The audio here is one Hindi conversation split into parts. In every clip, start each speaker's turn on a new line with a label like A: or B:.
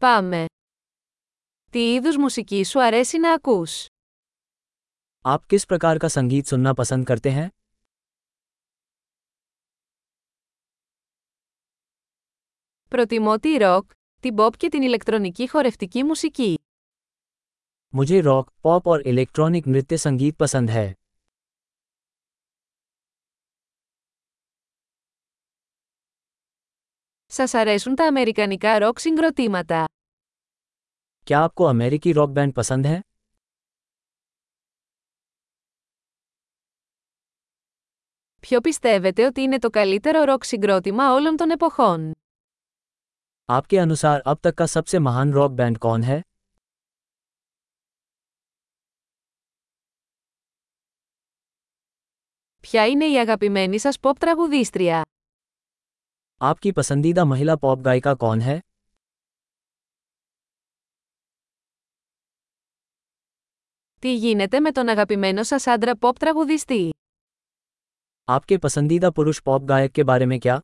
A: Πάμε. Τι είδους μουσική σου αρέσει να ακούς.
B: आप किस प्रकार का संगीत सुनना पसंद करते हैं
A: Προτιμώ τη ροκ, την pop και την ηλεκτρονική χορευτική μουσική.
B: मुझे रॉक पॉप और इलेक्ट्रॉनिक नृत्य संगीत पसंद है
A: Σας αρέσουν τα αμερικανικά ροκ συγκροτήματα.
B: क्या आपको अमेरिकी रॉक बैंड पसंद है
A: Ποιο πιστεύετε ότι είναι το καλύτερο ροκ συγκρότημα όλων των εποχών.
B: आपके अनुसार अब तक का सबसे महान रॉक बैंड कौन है
A: Ποια είναι η αγαπημένη σας pop τραγουδίστρια.
B: आपकी पसंदीदा महिला पॉप गायिका कौन है
A: Τι γίνεται με τον αγαπημένο σας άντρα pop τραγουδιστή.
B: आपके पसंदीदा पुरुष पॉप गायक के बारे में क्या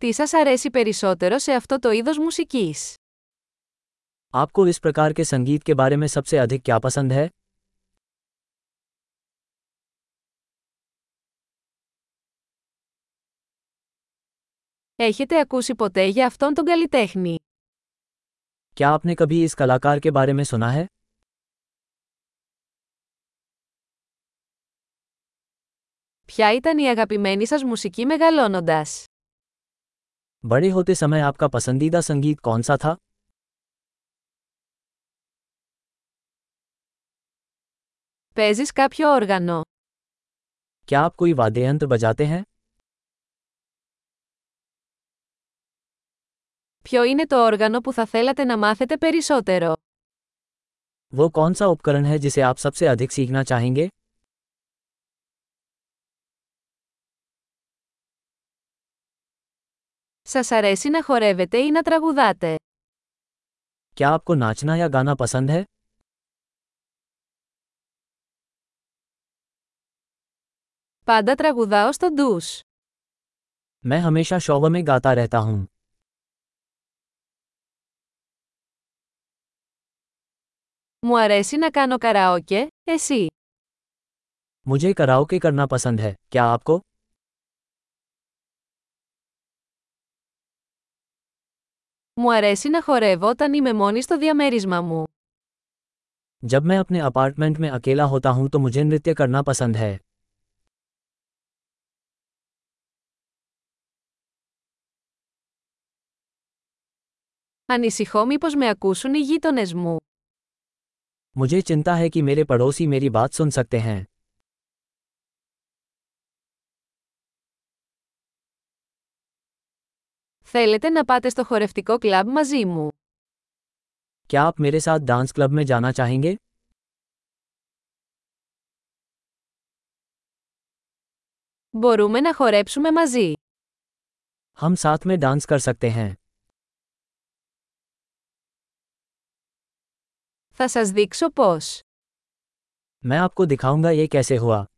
A: Τι σας αρέσει περισσότερο σε αυτό το είδος μουσικής.
B: आपको इस प्रकार के संगीत के बारे में सबसे अधिक क्या पसंद है
A: Έχετε ακούσει ποτέ για αυτόν τον καλλιτέχνη.
B: क्या आपने कभी इस कलाकार के बारे में सुना है
A: Ποια ήταν η αγαπημένη σας μουσική μεγαλώνοντας.
B: बड़े होते समय आपका पसंदीदा संगीत कौन सा था
A: Παίζεις κάποιο όργανο.
B: क्या आप कोई वाद्य यंत्र बजाते हैं
A: Ποιο είναι το όργανο που θα θέλατε να μάθετε περισσότερο.
B: वो कौन सा उपकरण है जिसे आप सबसे अधिक सीखना चाहेंगे
A: Σας αρέσει να χορεύετε ή να τραγουδάτε.
B: क्या आपको नाचना या गाना पसंद है
A: Πάντα τραγουδάω στο ντους.
B: मैं हमेशा शोव में गाता रहता हूँ
A: Μου αρέσει να κάνω καραόκε, εσύ.
B: मुझे कराओके करना पसंद है क्या आपको
A: Μου αρέσει να χορεύω όταν είμαι μόνη στο διαμέρισμα μου.
B: जब मैं अपने अपार्टमेंट में अकेला होता हूँ तो मुझे नृत्य करना पसंद है
A: Ανησυχώ μήπως με ακούσουν οι γείτονες μου.
B: मुझे चिंता है कि मेरे पड़ोसी मेरी बात सुन सकते हैं
A: Θέλετε να πάτε στο χορευτικό κλαμπ μαζί μου.
B: क्या आप मेरे साथ डांस क्लब में जाना चाहेंगे
A: Μπορούμε να χορέψουμε μαζί.
B: हम साथ में डांस कर सकते हैं
A: Θα σας δείξω πώς.
B: मैं आपको दिखाऊंगा ये कैसे हुआ